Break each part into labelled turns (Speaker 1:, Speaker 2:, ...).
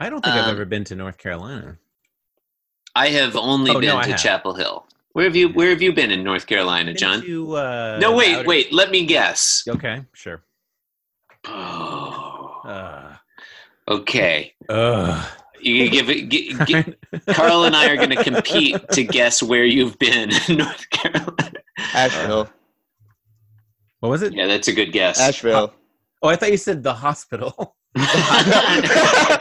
Speaker 1: I don't think I've
Speaker 2: Um,
Speaker 1: ever been to North Carolina.
Speaker 2: I have only
Speaker 1: Oh, no,
Speaker 2: been
Speaker 1: I
Speaker 2: to
Speaker 1: have.
Speaker 2: Chapel Hill. Where have you Where have you been in North Carolina,
Speaker 1: Been
Speaker 2: John?
Speaker 1: to, uh,
Speaker 2: no,
Speaker 1: the
Speaker 2: wait,
Speaker 1: outer-
Speaker 2: wait. Let me guess.
Speaker 1: Okay, sure.
Speaker 2: Oh,
Speaker 1: Uh,
Speaker 2: okay,
Speaker 1: uh,
Speaker 2: you can give it. G- g- Carl and I are going to compete to guess where you've been in North Carolina.
Speaker 3: Asheville.
Speaker 1: what was it?
Speaker 2: Yeah, that's a good guess.
Speaker 3: Asheville.
Speaker 1: Oh, I thought you said the hospital.
Speaker 3: Not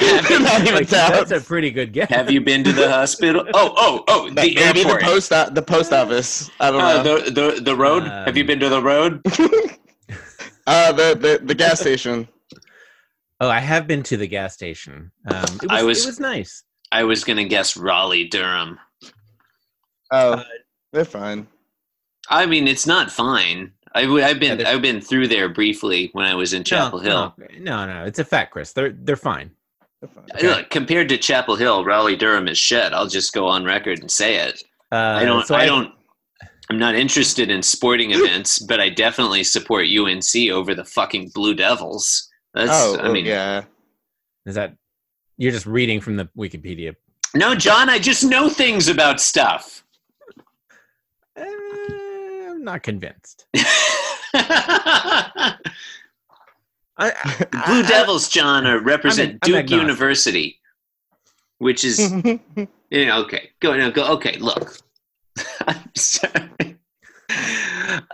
Speaker 3: even
Speaker 1: Like,
Speaker 3: towns.
Speaker 1: that's a pretty good guess.
Speaker 2: have you been to the hospital? Oh, oh, oh,
Speaker 3: Ma-
Speaker 2: the
Speaker 3: Maybe the
Speaker 2: airport.
Speaker 3: post, o- the post office. I don't
Speaker 2: Uh,
Speaker 3: know.
Speaker 2: the, the the road. have you
Speaker 1: Um,
Speaker 2: been to the road?
Speaker 3: Uh, the, the, the gas station.
Speaker 1: Oh, I have been to the gas station. Um, it was,
Speaker 2: I was-
Speaker 1: it was nice.
Speaker 2: I was going to guess Raleigh, Durham. Uh,
Speaker 3: Oh, they're fine.
Speaker 2: I mean, it's not fine. I, have
Speaker 1: Yeah,
Speaker 2: been
Speaker 1: they're-
Speaker 2: I've been through there briefly when I was in Chapel
Speaker 1: no,
Speaker 2: Hill.
Speaker 1: No, no, no, it's a fact, Chris. They're they're fine.
Speaker 3: They're fine.
Speaker 1: Okay.
Speaker 2: Look, compared to Chapel Hill, Raleigh Durham is shit. I'll just go on record and say it.
Speaker 1: Uh,
Speaker 2: I don't.
Speaker 1: so
Speaker 2: I, don't. I'm not interested in sporting events, but I definitely support UNC over the fucking Blue Devils. That's.
Speaker 3: oh,
Speaker 2: I
Speaker 3: oh,
Speaker 2: mean,
Speaker 3: yeah.
Speaker 1: Is that you're just reading from the Wikipedia?
Speaker 2: no, John. I just know things about stuff.
Speaker 1: Uh, I'm not convinced.
Speaker 2: Blue
Speaker 1: I, I- I-
Speaker 2: Devils, John, are represent
Speaker 1: I'm
Speaker 2: Duke
Speaker 1: agnostic. Mm-hmm.
Speaker 2: University, which is you know, okay. Go no, go. Okay, look. I'm sorry.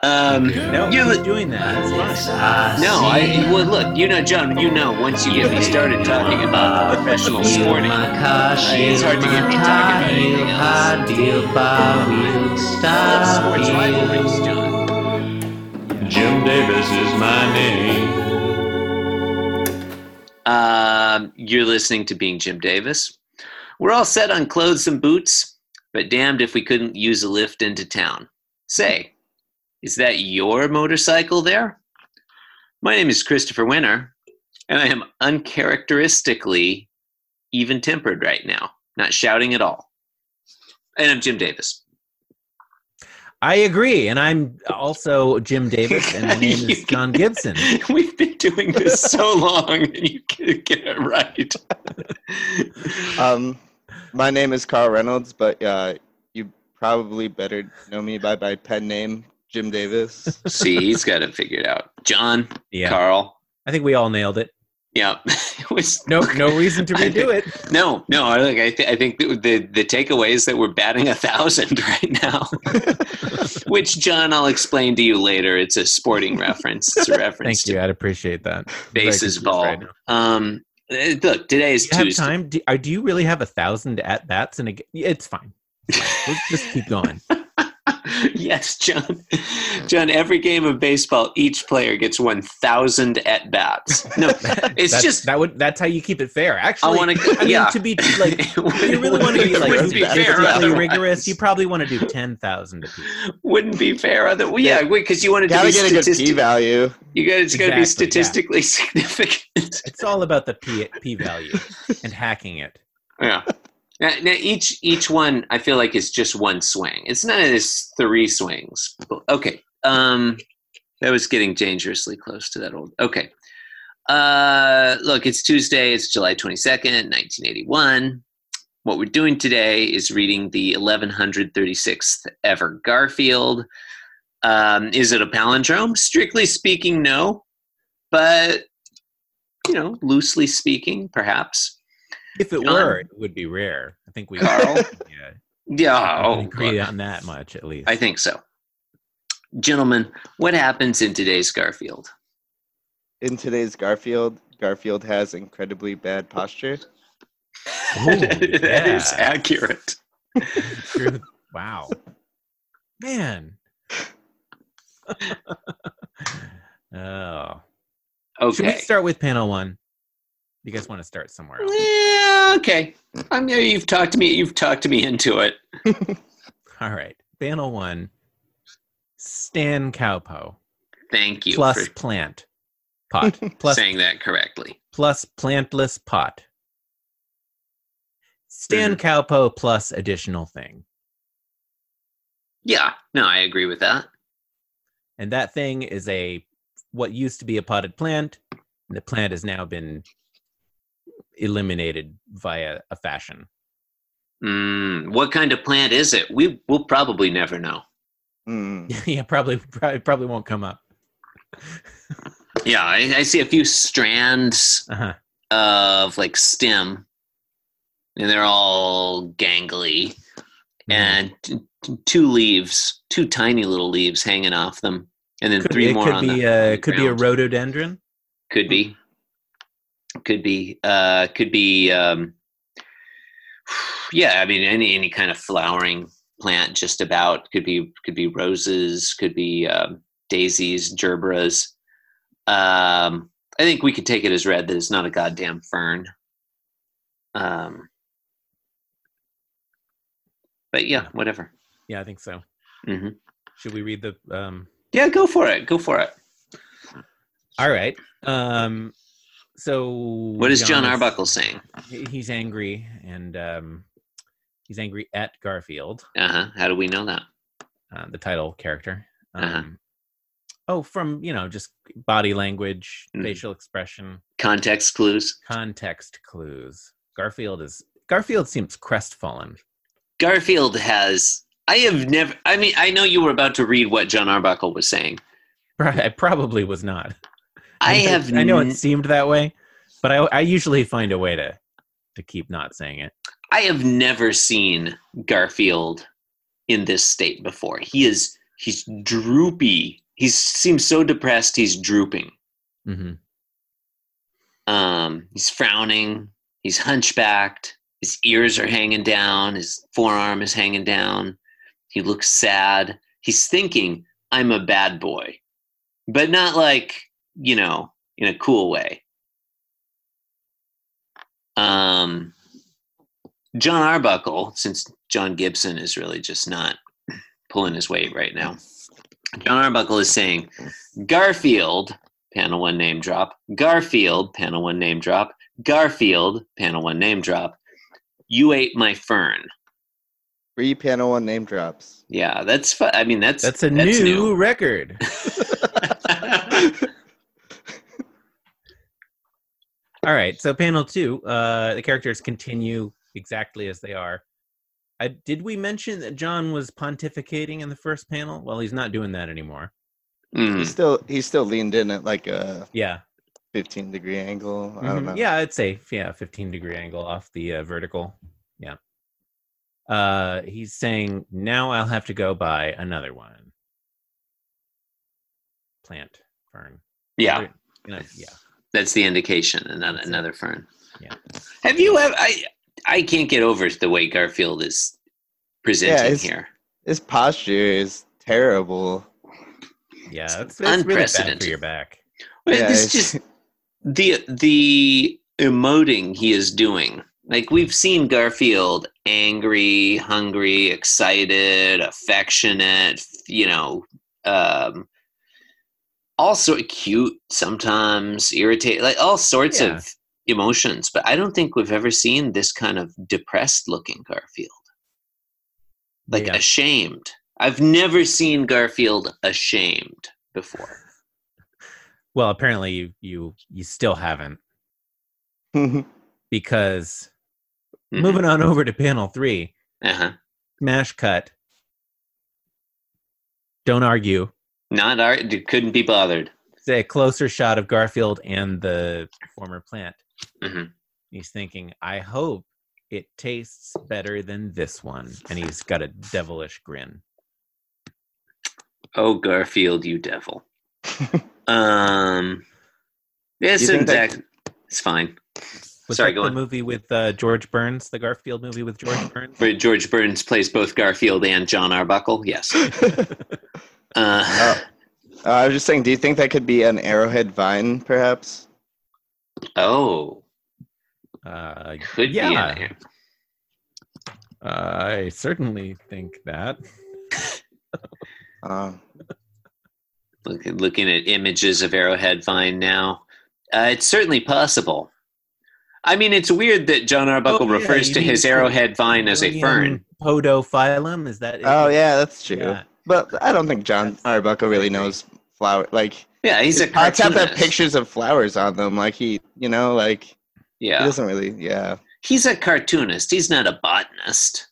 Speaker 2: Um,
Speaker 1: No,
Speaker 2: you,
Speaker 1: you're doing that. That's fine.
Speaker 2: no, I well, look. You know, John. You know, once you get me started talking about professional sporting,
Speaker 4: My car, shield,
Speaker 2: it's hard to get
Speaker 4: my
Speaker 2: me talking
Speaker 4: car,
Speaker 2: about anything
Speaker 4: heel,
Speaker 2: else.
Speaker 4: hard deal, bar wheel,
Speaker 2: Love
Speaker 4: star
Speaker 2: sports
Speaker 4: heel.
Speaker 2: rivalries, John.
Speaker 5: Jim Davis is my name.
Speaker 2: Um, you're listening to Being Jim Davis. We're all set on clothes and boots, but damned if we couldn't use a lift into town. Say, is that your motorcycle there? My name is Christopher Winter, and I am uncharacteristically even tempered right now, not shouting at all. And I'm Jim Davis.
Speaker 1: I agree, and I'm also Jim Davis, and my name
Speaker 2: You
Speaker 1: is John Gibson.
Speaker 2: We've been doing this so long, and you can't get it right.
Speaker 3: Um, my name is Carl Reynolds, but uh, you probably better know me by my pen name, Jim Davis.
Speaker 2: See, he's got it figured out. John,
Speaker 1: Yeah,
Speaker 2: Carl.
Speaker 1: I think we all nailed it.
Speaker 2: Yeah, it was
Speaker 1: No, no reason to
Speaker 2: I think-
Speaker 1: redo it.
Speaker 2: no, no. I think I, th- I think the, the the takeaway is that we're batting a thousand right now, which John, I'll explain to you later. It's a sporting reference. It's a reference
Speaker 1: Thank you.
Speaker 2: to
Speaker 1: I'd appreciate that.
Speaker 2: bases
Speaker 1: Very confused
Speaker 2: ball.
Speaker 1: right now.
Speaker 2: um, eh, look, today is
Speaker 1: Do you have
Speaker 2: Tuesday.
Speaker 1: time? Do, uh, do you really have a thousand at bats? And it's fine. Let's just keep going.
Speaker 2: yes, John. John, every game of baseball, each player gets one thousand at bats. No, it's
Speaker 1: That's-
Speaker 2: just.
Speaker 1: that would that's how you keep it fair.
Speaker 2: I
Speaker 1: Actually,
Speaker 2: want to.
Speaker 1: I mean,
Speaker 2: yeah.
Speaker 1: to be like,
Speaker 2: It
Speaker 1: if you really
Speaker 2: wouldn't-
Speaker 1: want to be
Speaker 2: it
Speaker 1: like
Speaker 2: wouldn't be
Speaker 3: that's
Speaker 2: fair
Speaker 1: statistically
Speaker 2: otherwise.
Speaker 1: rigorous, you probably want to do ten thousand.
Speaker 2: wouldn't be fair. Other, well, yeah, because you want it to
Speaker 3: Gotta
Speaker 2: be
Speaker 3: get a good
Speaker 2: statistic-
Speaker 3: p value.
Speaker 2: You got it's got to be
Speaker 1: Exactly,
Speaker 2: statistically significant.
Speaker 1: It's all about the p p value and hacking it.
Speaker 2: yeah. Now, now each each one I feel like is just one swing. It's not as three swings. Okay. Um, that was getting dangerously close to that old. Okay. Uh, look, it's Tuesday. It's July twenty second, nineteen eighty one. What we're doing today is reading the eleven hundred thirty sixth ever Garfield. Um, is it a palindrome? Strictly speaking, no. But you know, loosely speaking, perhaps.
Speaker 1: If it
Speaker 2: John.
Speaker 1: were, it would be rare. I think we
Speaker 2: Carl?
Speaker 1: yeah,
Speaker 2: Yeah.
Speaker 1: I
Speaker 2: Oh,
Speaker 1: can agree
Speaker 2: God.
Speaker 1: on that much at least.
Speaker 2: I think so. Gentlemen, what happens in today's Garfield?
Speaker 3: In today's Garfield, Garfield has incredibly bad posture.
Speaker 1: Ooh,
Speaker 2: that
Speaker 1: yeah.
Speaker 2: is accurate.
Speaker 1: True. Wow, man. oh, should we
Speaker 2: Okay.
Speaker 1: start with panel one? You guys want to start somewhere else?
Speaker 2: Yeah, okay. I'm yeah, you've talked to me you've talked to me into it.
Speaker 1: All right, panel one. Stan Cowpo
Speaker 2: Thank you
Speaker 1: plus
Speaker 2: for
Speaker 1: plant pot plus
Speaker 2: saying that correctly.
Speaker 1: plus plantless pot. Stan
Speaker 2: Mm-hmm.
Speaker 1: Cowpo plus additional thing,
Speaker 2: Yeah, no, I agree with that.
Speaker 1: and that thing is a what used to be a potted plant, and the plant has now been eliminated via a fashion.
Speaker 2: Mm, what kind of plant is it? We will probably never know.
Speaker 3: Hmm.
Speaker 1: yeah, probably, probably probably won't come up.
Speaker 2: Yeah, I, I see a few strands
Speaker 1: Uh-huh.
Speaker 2: of like stem, and they're all gangly,
Speaker 1: Mm-hmm.
Speaker 2: and t- t- two leaves, two tiny little leaves hanging off them, and then
Speaker 1: Could,
Speaker 2: three
Speaker 1: it
Speaker 2: more
Speaker 1: could
Speaker 2: on
Speaker 1: be
Speaker 2: the,
Speaker 1: uh,
Speaker 2: on the
Speaker 1: could be a
Speaker 2: ground.
Speaker 1: rhododendron.
Speaker 2: Could be. Could be. Uh, could be. Um, yeah, I mean, any any kind of flowering plant, just about. Could be. Could be roses. Could be um, daisies, gerberas. Um, I think we could take it as read that it's not a goddamn fern. Um, but yeah, whatever.
Speaker 1: Yeah, I think so.
Speaker 2: hmm
Speaker 1: Should we read the um
Speaker 2: Yeah, go for it. Go for
Speaker 1: Oh
Speaker 2: it.
Speaker 1: All right. Um so
Speaker 2: What is John
Speaker 1: Giannis-
Speaker 2: Arbuckle saying?
Speaker 1: he- He's angry and um he's angry at Garfield,
Speaker 2: Uh huh. How do we know that?
Speaker 1: uh, the title character. Um
Speaker 2: Uh-huh.
Speaker 1: Oh, from you know, just body language,
Speaker 2: Mhm.
Speaker 1: facial expression,
Speaker 2: Context clues.
Speaker 1: context clues. Garfield is Garfield seems crestfallen.
Speaker 2: Garfield has. I have never. I mean, I know you were about to read what John Arbuckle was saying.
Speaker 1: Pro- I probably was not.
Speaker 2: I
Speaker 1: know it-
Speaker 2: have.
Speaker 1: I know
Speaker 2: n-
Speaker 1: it seemed that way, but I I usually find a way to to keep not saying it.
Speaker 2: I have never seen Garfield in this state before. He is. He's droopy. He seems so depressed. He's drooping.
Speaker 1: hmm
Speaker 2: Um. He's frowning. He's hunchbacked. His ears are hanging down. His forearm is hanging down. He looks sad. He's thinking, "I'm a bad boy," but not like you know, in a cool way. um, John Arbuckle, since John Gibson is really just not pulling his weight right now, John Arbuckle is saying Garfield, panel one name drop, Garfield, panel one name drop, Garfield, panel one name drop, you ate my fern.
Speaker 3: Three panel one name drops.
Speaker 2: Yeah, that's, fu- I mean, that's,
Speaker 1: That's a new, record. All right, so panel two, uh, the characters continue exactly as they are. I, did we mention that John was pontificating in the first panel? Well, he's not doing that anymore.
Speaker 3: He
Speaker 2: Mm.
Speaker 3: still he still leaned in at like a
Speaker 1: Yeah,
Speaker 3: 15 degree angle. I don't
Speaker 1: Mhm.
Speaker 3: know.
Speaker 1: Yeah, I'd say yeah, 15 degree angle off the uh, vertical. Yeah. Uh, he's saying now I'll have to go buy another one. Plant fern.
Speaker 2: Yeah.
Speaker 1: Other- you know, yeah.
Speaker 2: That's the indication. Another another fern.
Speaker 1: Yeah.
Speaker 2: Have you ever? I I can't get over the way Garfield is
Speaker 3: Yeah,
Speaker 2: presenting
Speaker 3: it's-
Speaker 2: here.
Speaker 3: His posture is terrible.
Speaker 1: Yeah. That's, that's really bad for
Speaker 2: unprecedented.
Speaker 1: your back.
Speaker 2: Well,
Speaker 3: Yeah,
Speaker 2: it's
Speaker 3: it's-
Speaker 2: just the the emoting he is doing. Like we've seen Garfield angry, hungry, excited, affectionate. You know, um, also cute sometimes, irritated, like all sorts
Speaker 1: Yeah.
Speaker 2: of emotions. But I don't think we've ever seen this kind of depressed looking Garfield. like
Speaker 1: Yeah.
Speaker 2: ashamed. I've never seen Garfield ashamed before.
Speaker 1: well, apparently you, you you still haven't
Speaker 3: Uh,
Speaker 1: because
Speaker 2: Mhm.
Speaker 1: moving on over to panel three,
Speaker 2: Uh-huh.
Speaker 1: smash cut. Don't argue.
Speaker 2: Not art. Couldn't be bothered.
Speaker 1: It's a closer shot of Garfield and the former plant.
Speaker 2: Mhm.
Speaker 1: He's thinking, I hope it tastes better than this one. And he's got a devilish grin.
Speaker 2: Oh, Garfield, you devil. um, it's
Speaker 3: You think that-
Speaker 2: exact. It's fine.
Speaker 1: Was
Speaker 2: Sorry,
Speaker 1: that
Speaker 2: go
Speaker 1: the
Speaker 2: on.
Speaker 1: movie with uh, George Burns, the Garfield movie with George Burns?
Speaker 2: Where George Burns plays both Garfield and John Arbuckle. Yes. Uh,
Speaker 3: Uh, I was just saying, do you think that could be an arrowhead vine, perhaps?
Speaker 2: oh,
Speaker 1: Uh,
Speaker 2: could
Speaker 1: Yeah.
Speaker 2: be. An,
Speaker 1: I certainly think that.
Speaker 3: Uh,
Speaker 2: look, looking at images of Arrowhead Vine now, uh, it's certainly possible. I mean, it's weird that John Arbuckle
Speaker 1: Oh, yeah,
Speaker 2: refers
Speaker 1: you
Speaker 2: to
Speaker 1: mean
Speaker 2: his
Speaker 1: it's a
Speaker 2: Arrowhead Vine as a fern.
Speaker 1: Podophyllum? Is that?
Speaker 3: oh, yeah, that's true.
Speaker 1: Yeah.
Speaker 3: But I don't think John Arbuckle really knows flower. Like,
Speaker 2: Yeah, he's a
Speaker 3: pots out that
Speaker 2: cartoonist.
Speaker 3: pictures of flowers on them. Like he, you know, like He
Speaker 2: Yeah.
Speaker 3: doesn't really. Yeah.
Speaker 2: He's a cartoonist. He's not a botanist.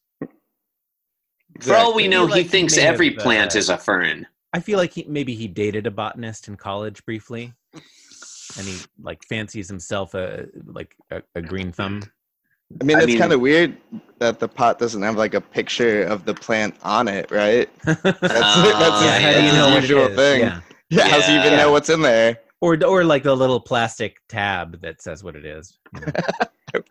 Speaker 2: For all we
Speaker 3: exactly.
Speaker 2: know,
Speaker 1: I feel
Speaker 2: he
Speaker 1: like he
Speaker 2: thinks
Speaker 1: may have,
Speaker 2: every plant
Speaker 1: uh,
Speaker 2: is a fern.
Speaker 1: I feel like he, maybe he dated a botanist in college briefly, and he like fancies himself a like a, a green thumb.
Speaker 3: I mean,
Speaker 2: I
Speaker 3: it's
Speaker 2: mean-
Speaker 3: kind of weird that the pot doesn't have like a picture of the plant on it, right?
Speaker 1: yeah,
Speaker 3: That's that's
Speaker 2: Ah, yeah,
Speaker 1: how do you
Speaker 3: that's
Speaker 1: know
Speaker 3: the
Speaker 1: what it
Speaker 3: usual
Speaker 1: is?
Speaker 3: thing.
Speaker 1: Yeah.
Speaker 3: Yeah, How do you even
Speaker 2: Yeah.
Speaker 3: know what's in there?
Speaker 1: Or or like the little plastic tab that says what it is. you know.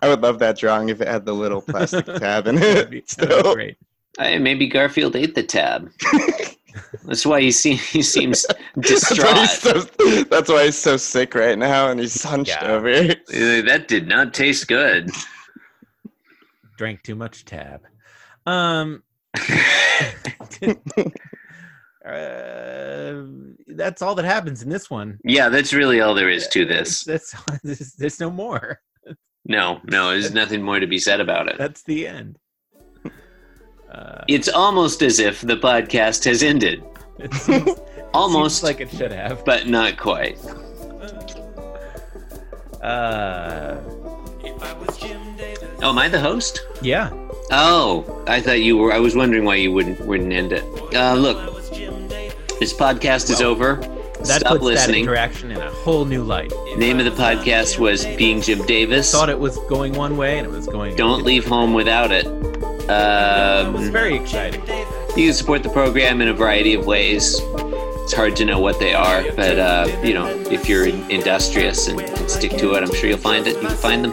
Speaker 3: I would love that drawing if it had the little plastic tab in
Speaker 1: That'd be-
Speaker 3: it.
Speaker 1: that'd be
Speaker 3: Still,
Speaker 1: great.
Speaker 2: Hey, maybe Garfield ate the tab. That's why he, se- he seems
Speaker 3: that's why, he's
Speaker 2: distraught.
Speaker 3: so, that's why he's so sick right now, and he's hunched
Speaker 1: Yeah.
Speaker 3: over.
Speaker 2: Uh, That did not taste good.
Speaker 1: Drank too much tab. Um, uh, that's all that happens in this one.
Speaker 2: yeah, that's really all there is to this.
Speaker 1: That's, that's there's no more.
Speaker 2: No, no, there's nothing more to be said about it.
Speaker 1: That's the end. Uh,
Speaker 2: It's almost as if the podcast has ended,
Speaker 1: it seems- it
Speaker 2: Almost.
Speaker 1: seems like it should have.
Speaker 2: but not quite.
Speaker 1: Uh,
Speaker 2: Oh, am I the host?
Speaker 1: yeah.
Speaker 2: Oh, I thought you were. I was wondering why you wouldn't wouldn't end it. Uh, look, this podcast is over.
Speaker 1: That
Speaker 2: Stop
Speaker 1: puts that
Speaker 2: listening.
Speaker 1: interaction in a whole new light.
Speaker 2: Name of the podcast was Being Jim Davis.
Speaker 1: Thought it was going one way and it was going.
Speaker 2: Don't leave home without it.
Speaker 1: It was
Speaker 2: Um,
Speaker 1: very exciting.
Speaker 2: you can support the program in a variety of ways. It's hard to know what they are, but uh, you know, if you're in- industrious and, and stick to it, I'm sure you'll find it. You can find them.